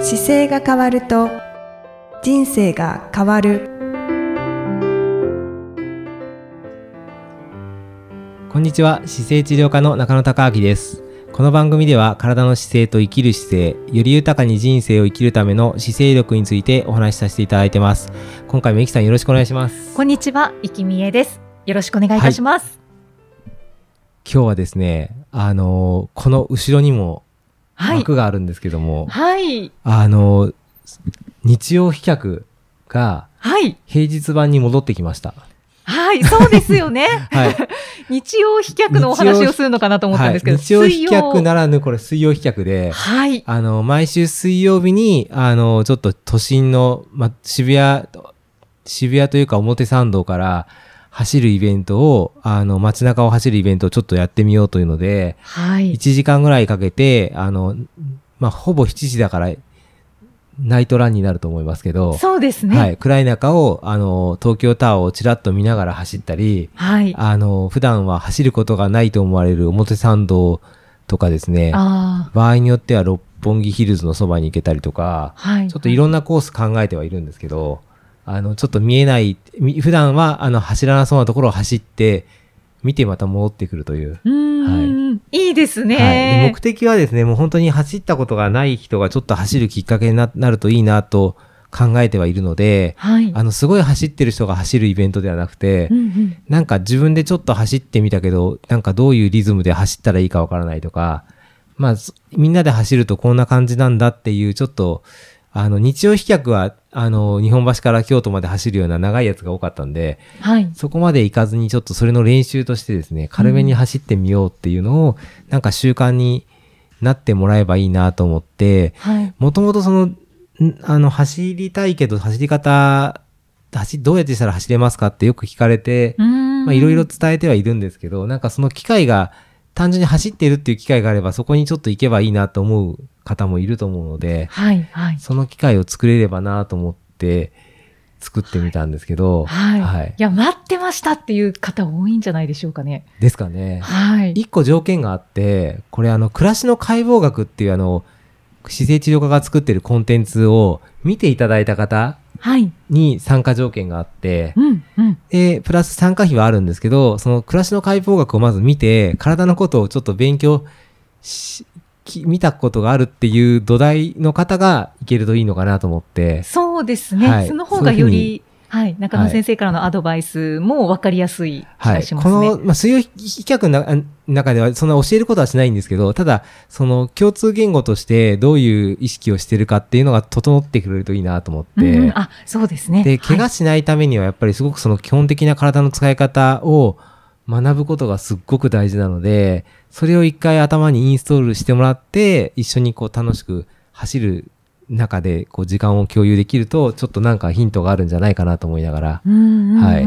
姿勢が変わると人生が変わるこんにちは姿勢治療科の中野孝明ですこの番組では体の姿勢と生きる姿勢より豊かに人生を生きるための姿勢力についてお話しさせていただいてます今回もゆきさんよろしくお願いしますこんにちは、いきみえです。よろしくお願いいたします。今日はですねあのーこの後ろにもはい。枠があるんですけども、はい。あのー日曜飛脚がはい。平日版に戻ってきましたはい。そうですよね。 はい日曜飛脚のお話をするのかなと 思ったんですけど、はい、日曜飛脚水曜ならぬこれ水曜飛脚で、はい。あの毎週水曜日にあのちょっと都心の、ま、渋谷渋谷というか表参道から走るイベントをあの街中を走るイベントをちょっとやってみようというのではい。 1時間ぐらいかけてあの、まあ、ほぼ7時だからナイトランになると思いますけど、そうですはね。い、暗い中をあの東京タワーをちらっと見ながら走ったり、はい。あの、普段は走ることがないと思われる表参道とかですね、あ場合によっては六本木ヒルズのそばに行けたりとかあ。、はい。ちょっといろんなコース考えてはいるんですけど、あの、ちょっと見えない、み普段はあの走らなそうなところを走って、見てまた戻ってくるという。うーん。いいですはい、でね目。的はですね、もう本当に走ったことがない人がちょっと走るきっかけにななるといいなと考えてはいるので、はい。あの、すごい走ってる人が走るイベントではなくて、うんうんなんか自分でちょっと走ってみたけど、なんかどういうリズムで走ったらいいかわからないとか、まあ、そみんなで走るとこんな感じなんだっていう、ちょっと、あの、日曜飛脚は、あの、日本橋から京都まで走るような長いやつが多かったんで、はい。そこまで行かずにちょっとそれの練習としてですね、軽めに走ってみようっていうのを、なんか習慣になってもらえばいいなと思って、はい。もともとその、んあの、走りたいけど走り方、走、どうやってしたら走れますかってよく聞かれて、ままあ、いろいろ。伝えてはいるんですけど、なんかその機会が、単純に走っているっていう機会があれば、そこにちょっと行けばいいなと思う方もいると思うので、はい。はい。その機会を作れればなと思って、作ってみたんですけど、はい。いや、待ってましたっていう方多いんじゃないでしょうかね。ですかね。はい。一個条件があって、これあの、暮らしの解剖学っていうあの、姿勢治療科が作ってるコンテンツを見ていただいた方はい。に参加条件があって、うん。うん。で、プラス参加費はあるんですけど、その暮らしの解剖学をまず見て、体のことをちょっと勉強し、き見たことがあるっていう土台の方がいけるといいのかなと思って、そうですね。はいその方がよそういうり、はい、中野先生からのアドバイスも分かりやすい気はがい。しこますね。の、まあ、水曜飛脚の中中では、そんな教えることはしないんですけど、ただ、その共通言語としてどういう意識をしてるかっていうのが整ってくれるといいなと思って、うんうんあ、そうですね。で、怪は我いしないためにはやっぱりすごくその基本的な体の使い方を学ぶことがすっごく大事なので、それを一回頭にインストールしてもらって、一緒にこう楽しく走る中でこう時間を共有できると、ちょっとなんかヒントがあるんじゃないかなと思いながら。うんうんうんはい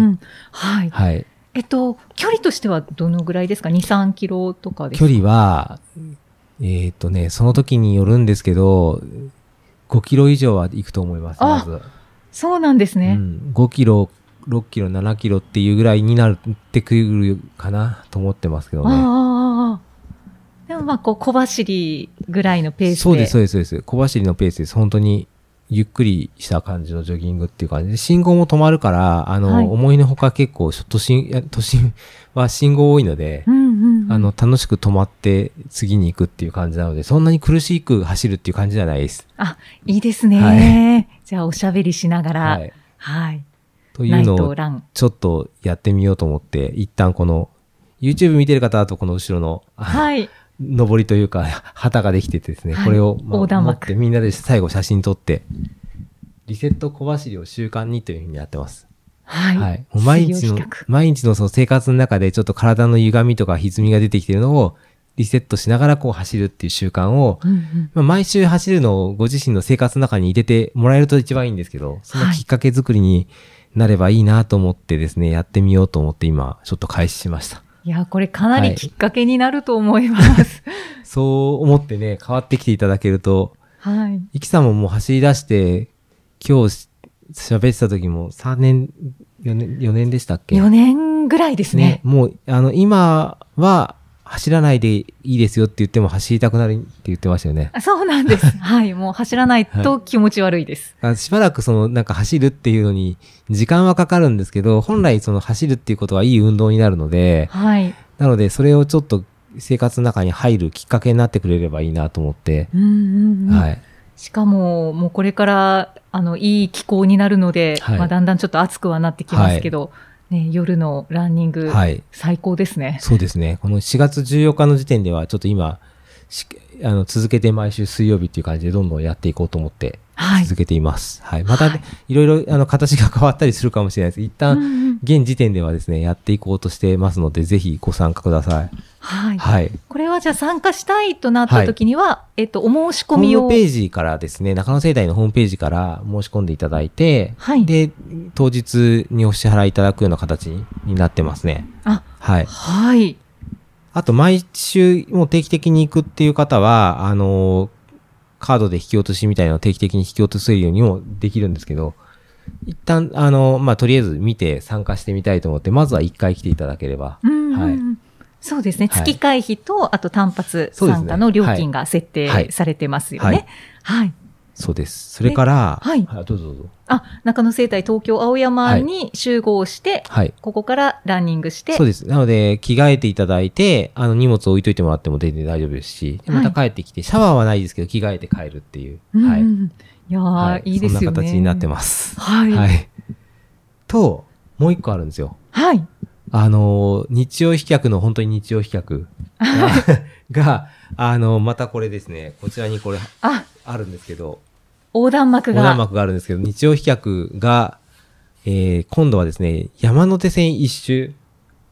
はい。はい。えっと、距離としてはどのぐらいですか ?2、3キロとかです距か離は、えーっとね、その時によるんですけど、5キロ以上は行くと思います、まあず。そうなんですうね。ん、5キロ、6キロ、7キロっていうぐらいになってくるかなと思ってますけどああね。ああああ。でもまあ、こう、小走りぐらいのペースで。そうです、そうです、そうです。小走りのペースです。本当に、ゆっくりした感じのジョギングっていう感じで、信号も止まるから、あの、はい思いのほか結構、都心、いや 都心は信号多いのでう、んうんうん。あの、楽しく止まって次に行くっていう感じなので、そんなに苦しく走るっていう感じじゃないです。あ、いいですね。はじゃあ、おしゃべりしながら、ははい。い。といナうイのトを、ラン。ちょっとやってみようと思って、一旦この、YouTube 見てる方だとこの後ろの、あはい。の上りというか、旗ができててですね、はいこれを、横断持幕ってみんなで最後写真撮って、リセット小走りを習慣にというふうにやってます。はい。はい。もう毎日水曜の比較、毎日のその生活の中でちょっと体の歪みとか歪みが出てきてるのをリセットしながらこう走るっていう習慣を、うんうんまあ、毎週走るのをご自身の生活の中に入れてもらえると一番いいんですけど、そのきっかけ作りになればいいなと思ってですね、やってみようと思って今、ちょっと開始しました。いや、これかなはりいきっかけになると思 います。そう思ってね、変わってきていただけると、はい。イキさんももう走り出して、今日し喋ってた時も3年、4年、4年でしたっけ4年ぐらいですね。もう、あの、今は、走らないでいいですよって言っても走りたくなるって言ってましたよね。あそうな んです。はい。もう走らないと気持ち悪いです。あしばらくそのなんか走るっていうのに時間はかかるんですけど、本来その走るっていうことはいい運動になるので、はい。なのでそれをちょっと生活の中に入るきっかけになってくれればいいなと思って、うんうんうん。はい。しかも、もうこれから、あの、いい気候になるので、はいまあ、だんだんちょっと暑くはなってきますけど、ね、夜のランニング、はい。最高ですね。そうですね。この4月14日の時点ではちょっと今、しあの続けて毎週水曜日っていう感じでどんどんやっていこうと思ってはい。続けています。はい。またね、、はいろいろあの形が変わったりするかもしれないです。一うん旦、うん現時点ではですね、やっていこうとしてますので、ぜひご参加ください。はい。はい。これはじゃあ参加したいとなった時には、えっと、お申しホ込みーを。ムページからですね、中野生態のホームページから申し込んでいただいて、はいで、当日にお支払いいただくような形にになってますね。あ、はい。はい。あと、毎週、もう定期的に行くっていう方は、あのーカードで引き落としみたいなのを定期的に引き落とせるようにもできるんですけど、一旦、あのーまあ、とりあえず見て参加してみたいと思って、まずは一回来ていただければ。うんうんうんはいそうですね。はい月会費と、あと単発そうですね参加の料金が設はい定されてますよね。はい。そうです。それから、ではいどうぞどうぞ。あ、中野生態東京青山に集合して、はい。ここからランニングして、そうです。なので、着替えていただいて、あの、荷物置いといてもらっても全然大丈夫ですし、ではまいた帰ってきて、シャワーはないですけど、着替えて帰るっていう。うんはい。うんいやー、、はいいですよね。そんな形になってます。はい。は。はいい。と、もう一個あるんですよ。あの、日曜飛脚の本当に日曜飛 脚が、があの、またこれですね、こちらにこれあ、あるんですけど、横断幕横断が。幕があるんですけど、日曜飛脚が、えー今度はですね、山手線一周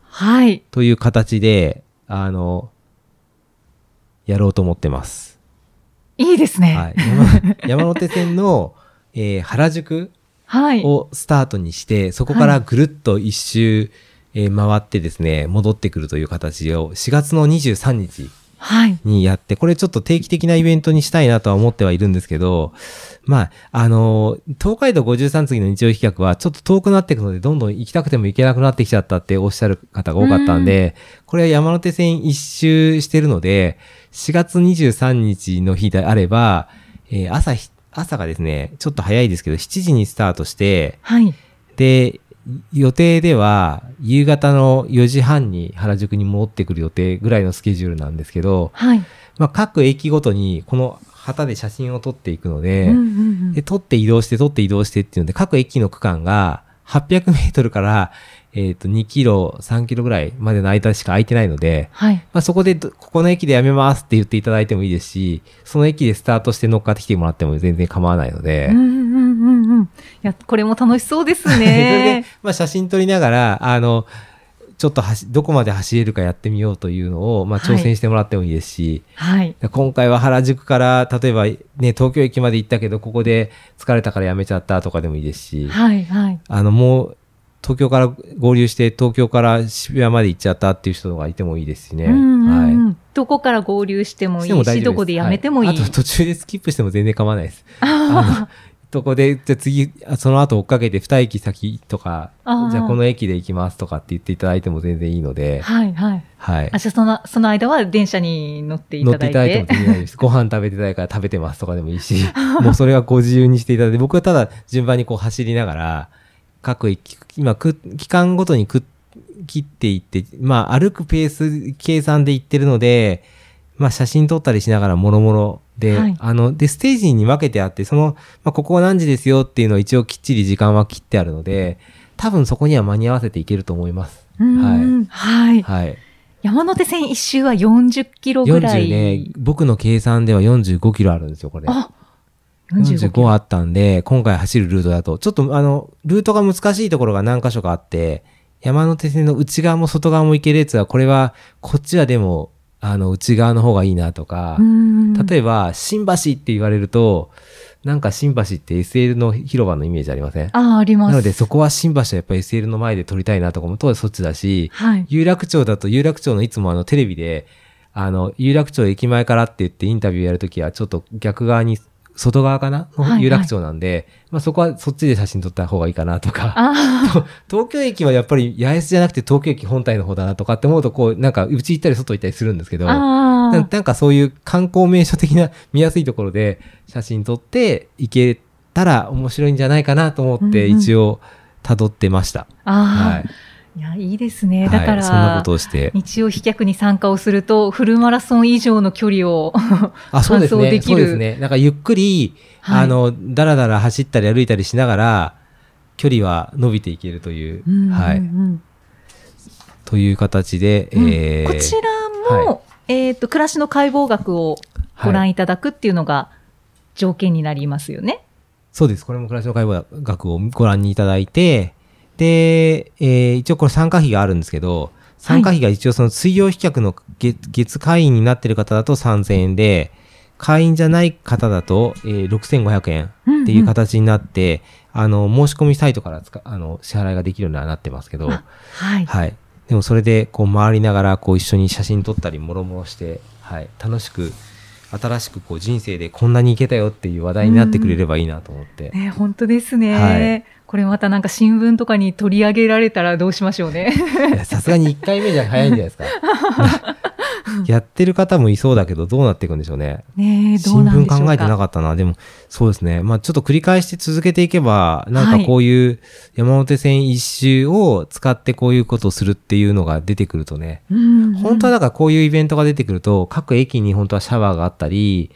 はい。という形で、あの、やろうと思ってます。いいですね。ははいい。、 山山手線の、えー原宿をスタートにして、そこからぐるっと一周、えー回ってですね、戻ってくるという形を4月の23日はい。にやって、これちょっと定期的なイベントにしたいなとは思ってはいるんですけど、まあ、あの、東海道53次の日曜飛脚はちょっと遠くなっていくので、どんどん行きたくても行けなくなってきちゃったっておっしゃる方が多かったんで、これは山手線一周してるので、4月23日の日であれば、えー朝ひ、朝がですね、ちょっと早いですけど、7時にスタートして、はい。で、予定では夕方の4時半に原宿に戻ってくる予定ぐらいのスケジュールなんですけど、はい。まあ、各駅ごとにこの旗で写真を撮っていくのうで、んうんうでん撮って移動して撮って移動してっていうので各駅の区間が800メートルから、えー、と2キロ3キロぐらいまでの間しか空いてないので、はい。まあ、そこでどここの駅でやめますって言っていただいてもいいですしその駅でスタートして乗っかってきてもらっても全然構わないので。うんうんうんうん。いや、これも楽しそうで すそれねで。、まあ、写真撮りながら、あの、ちょっと走どこまで走れるかやってみようというのを、まあ、はい挑戦してもらってもいいですし、はい。今回は原宿から、例えばね、東京駅まで行ったけど、ここで疲れたからやめちゃったとかでもいいですし、はい。はい。あの、もう、東京から合流して、東京から渋谷まで行っちゃったっていう人がいてもいいですしね。うんうんうはい。んどこから合流してもいしいてしも大丈夫どこでやめてもいい。はあと途中でスキップしても全然構わない です。あとこで、じゃあ次、あその後追っかけて2駅先とか、あーじゃあこの駅で行きますとかって言っていただいても全然いいのーで、はいはい。はいあ、。じゃあその、その間は電車に乗ってい乗たっだていただいていもて。全然大丈夫 です。ご飯食べてたいから食べてますとかでもいいし、 もうそれはご自由にしていただいて、僕はただ順番にこう走りながら、各駅、今、区期間ごとに区切っていって、まあ歩くペース計算でいってるので、まあ写真撮ったりしながらもろもろで、はいあの、で、ステージに分けてあって、その、まあここは何時ですよっていうのを一応きっちり時間は切ってあるので、多分そこには間に合わせていけると思います。うんはい。はい。山手線一周は40キロぐら40い。ね、僕の計算では45キロあるんですよ、これ。あ、45キ45ロ。あったんで、今回走るルートだと、ちょっとあの、ルートが難しいところが何箇所かあって、山手線の内側も外側も行けるやつは、これは、こっちはでも、あの、内側の方がいいなとか、例え例えば、新橋って言われると、なんか新橋って SL の広場のイメージありませんば。ああ、ありまなす。ので、そこは新橋はやっぱ SL の前で撮りたいなとかも、当然そっちだし、はい。有楽町だと有楽町のいつもあのテレビで、あの、有楽町駅前からって言ってインタビューやるときはちょっと逆側に外側かなはいはのい有楽町なんで、まあそこはそっちで写真撮った方がいいかなとか、あ 東京駅はやっぱり八重洲じゃなくて東京駅本体の方だなとかって思うと、こう、なんかうち行ったり外行ったりするんですけーど、なあー。なんかそういう観光名所的な見やすいところで写真撮って行けたら面白いんじゃないかなと思ってうんうん一応辿ってました。はあい。あ。いや、いいですね。だかはい、そんなこらと、をして。日曜飛脚に参加をすると、フルマラソン以上の距離を、あ、そうです完ね。走できそうるですね。なんかゆっくり、はいあの、だらだら走ったり歩いたりしながら、距離は伸びていけるという、うんうんうんはい。という形で、うんえーこちらも、はえっ、と、暮らしの解剖学をごは覧い、いただくっていうのが条件になりますよね。そうです。これも暮らしの会話学をご覧にいただいて、で、えー一応これ参加費があるんですけど、参加費が一応その水曜飛脚の月月会員になってる方だと3000円で、会員じゃない方だと、えー6500円。っていう形になって、あの、申し込みサイトからつかあの、支払いができるようにはなってますけど、あはい。はい。でもそれで、こう、回りながら、こう、一緒に写真撮ったり、もろもろして、はい。楽しく、新しく、こう、人生でこんなにいけたよっていう話題になってくれればいいなと思 って。ね、本当ですね、はいこれまたなんか新聞とかに取り上げられたらどうしましょ うね。いやさすがに1回目じゃ早いんじゃないですか。 やってる方もいそうだけど、どうなっていくんでしょうね。ねえどう新なん聞でしょうか。考えてなかったな。でも、そうですね。まあ、ちょっと繰り返して続けていけば、なんはいかこういう山手線一周を使ってこういうことをするっていうのが出てくるとね、うんうん本当はだからこういうイベントが出てくると、各駅に本当はシャワーがあったり、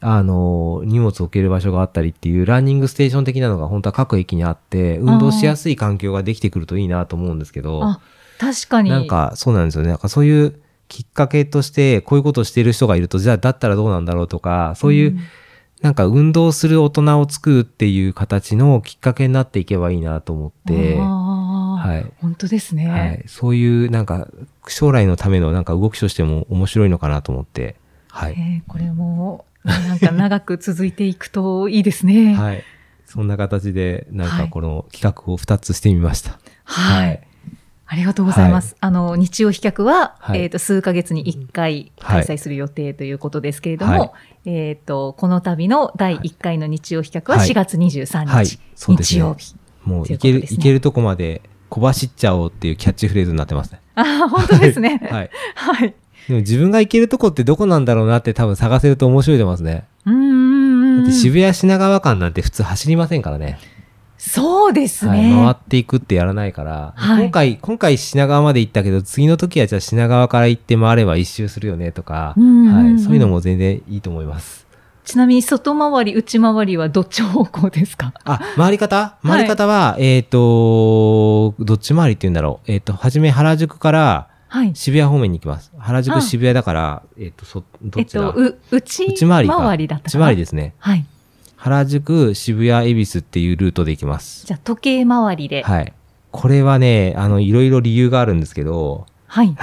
あの、荷物を置ける場所があったりっていうランニングステーション的なのが本当は各駅にあって、運動しやすい環境ができてくるといいなと思うんですけど。あ確かに。なんかそうなんですよね。なんかそういうきっかけとして、こういうことをしている人がいると、じゃあだったらどうなんだろうとか、そういう、んなんか運動する大人を作るっていう形のきっかけになっていけばいいなと思って、はあーい。本当ですね、はい、そういうなんか将来のためのなんか動きとしても面白いのかなと思って、はい。えーこれもなんか長く続いていくといいです ね。はい。はい。そんな形で、なんはかいこの企画を2つしてみました。はい。ありがとうございます。あの、日曜飛脚は、はいえっ、と、数ヶ月に1回はい開催する予定ということですけれども、はいえっ、と、この度の第1回の日曜飛脚ははい4月23日、はいそうです日ね曜日。もうといういことける、ですいねけるとこまで小走っちゃおうっていうキャッチフレーズになってますね。ああ、本当ですね。はい。はい。でも自分が行けるとこってどこなんだろうなって多分探せると面白いと思いますね。うんうだっんうんうてん。渋谷品川間なんて普通走りませんからね。そうですはい、ね。回っていくってやらないから、はい今回、今回品川まで行ったけど、次の時はじゃあ品川から行って回れば一周するよねとか、うんうんうんはい、そういうのも全然いいと思います。ちなみに外回り、内回りはどっち方向ですかあ、回り方回り方は、えっ、と、どっち回りって言うんだろう。えっ、と、はじめ原宿からはい。渋谷方面に行きます。原宿あ渋谷だから、えっ、と、そ、どえっっちだ、と、う、内内回りか回りだったか内な。回りですね。はい。原宿、渋谷、恵比寿っていうルートで行きます。じゃあ、時計回りで。はい。はい。これはね、あの、いろいろ理由があるんですけど、あの、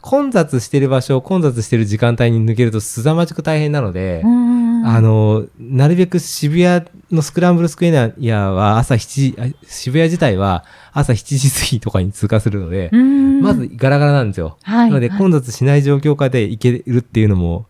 混雑してる場所、混雑してる時間帯に抜けると凄まじく大変なので、ああ、の、なるべく渋谷のスクランブルスクエアは朝7時あ、渋谷自体は朝7時過ぎとかに通過するので、うんまず、ガラガラなんですよ。はい。なのではい混雑しない状況下で行けるっていうのも、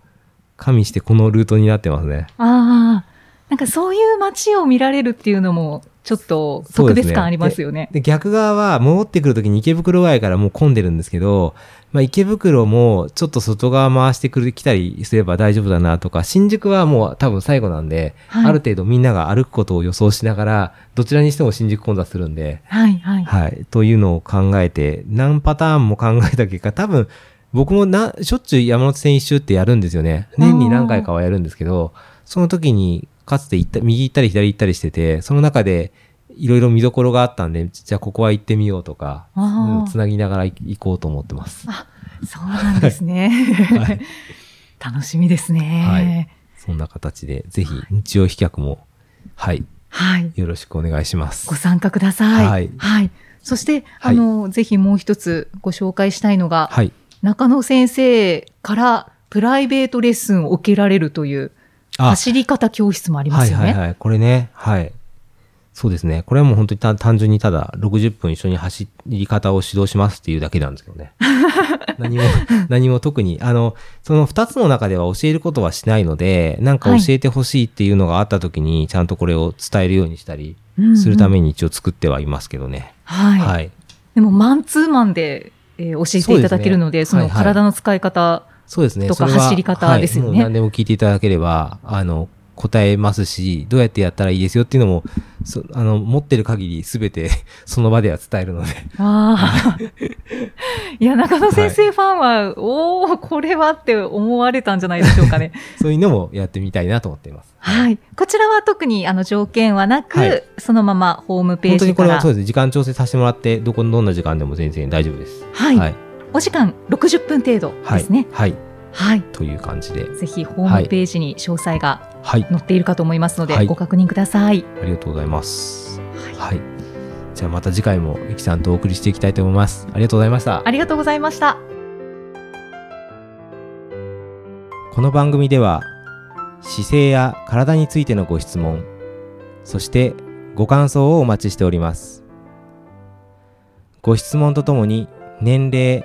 加味してこのルートになってますね。ああ、なんかそういう街を見られるっていうのも、ちょっとそう特ですね別感ありますよね。で、逆側は戻ってくるときに池袋側やからもう混んでるんですけど、まあ池袋もちょっと外側回してくる、来たりすれば大丈夫だなとか、新宿はもう多分最後なんで、はいある程度みんなが歩くことを予想しながら、どちらにしても新宿混雑するんで、はい、はい。はい、というのを考えて、何パターンも考えた結果、多分僕もな、しょっちゅう山手線一周ってやるんですよね。年に何回かはやるんですけど、その時にかつて行った、右行ったり左行ったりしてて、その中でいろいろ見どころがあったんで、じゃあここは行ってみようとか、あーつなぎながら行行こうと思ってます。そうなんですね。はい、 楽しみですね。そんな形で、ぜひ日曜飛脚も、はい、はい。よろしくお願いしますご。参加ください。ははいい。そして、はいあの、ぜひもう一つご紹介したいのが、はい。中野先生からプライベートレッスンを受けられるという、あ走り方教室もありますよね。はいはいはい。これね、はい。そうですね。これはもう本当にた単純にただ60分一緒に走り方を指導しますっていうだけなんですけど ね。何も、何も特に、あの、その2つの中では教えることはしないので、なんかはい教えてほしいっていうのがあった時に、ちゃんとこれを伝えるようにしたりうんするために、に一応作ってはいますけどね。はいはい。でもマンツーマンで、えー教えていただけるのでそそうですねのはいはい体の使い方、そうですね。とそかれは走り方ですよねはいもう何でも聞いていただければ、あの、答えますし、どうやってやったらいいですよっていうのも、そあの、持ってる限りすべて その場では伝えるので。 あ あ。いや、中野先生ファンは、おお、これはって思われたんじゃないでしょう かね。そういうのもやってみたいなと思っています。はい。こちらは特にあの条件はなく、はいそのままホームペー本当にジこかれはらそう。ですね。時間調整させてもらって、どこのどんな時間でも全然大丈夫です。はい、お時間60分程度はでいすね。。はい。はい。という感じで。ぜひホームページに詳細がはい。載っているかと思いますので、はいご確認ください。ありがとうございます。はい。じゃあまた次回も、ゆきさんとお送りしていきたいと思います。ありがとうございました。ありがとうございました。この番組では姿勢や体についてのご質問そしてご感想をお待ちしておりますご質問とともに年齢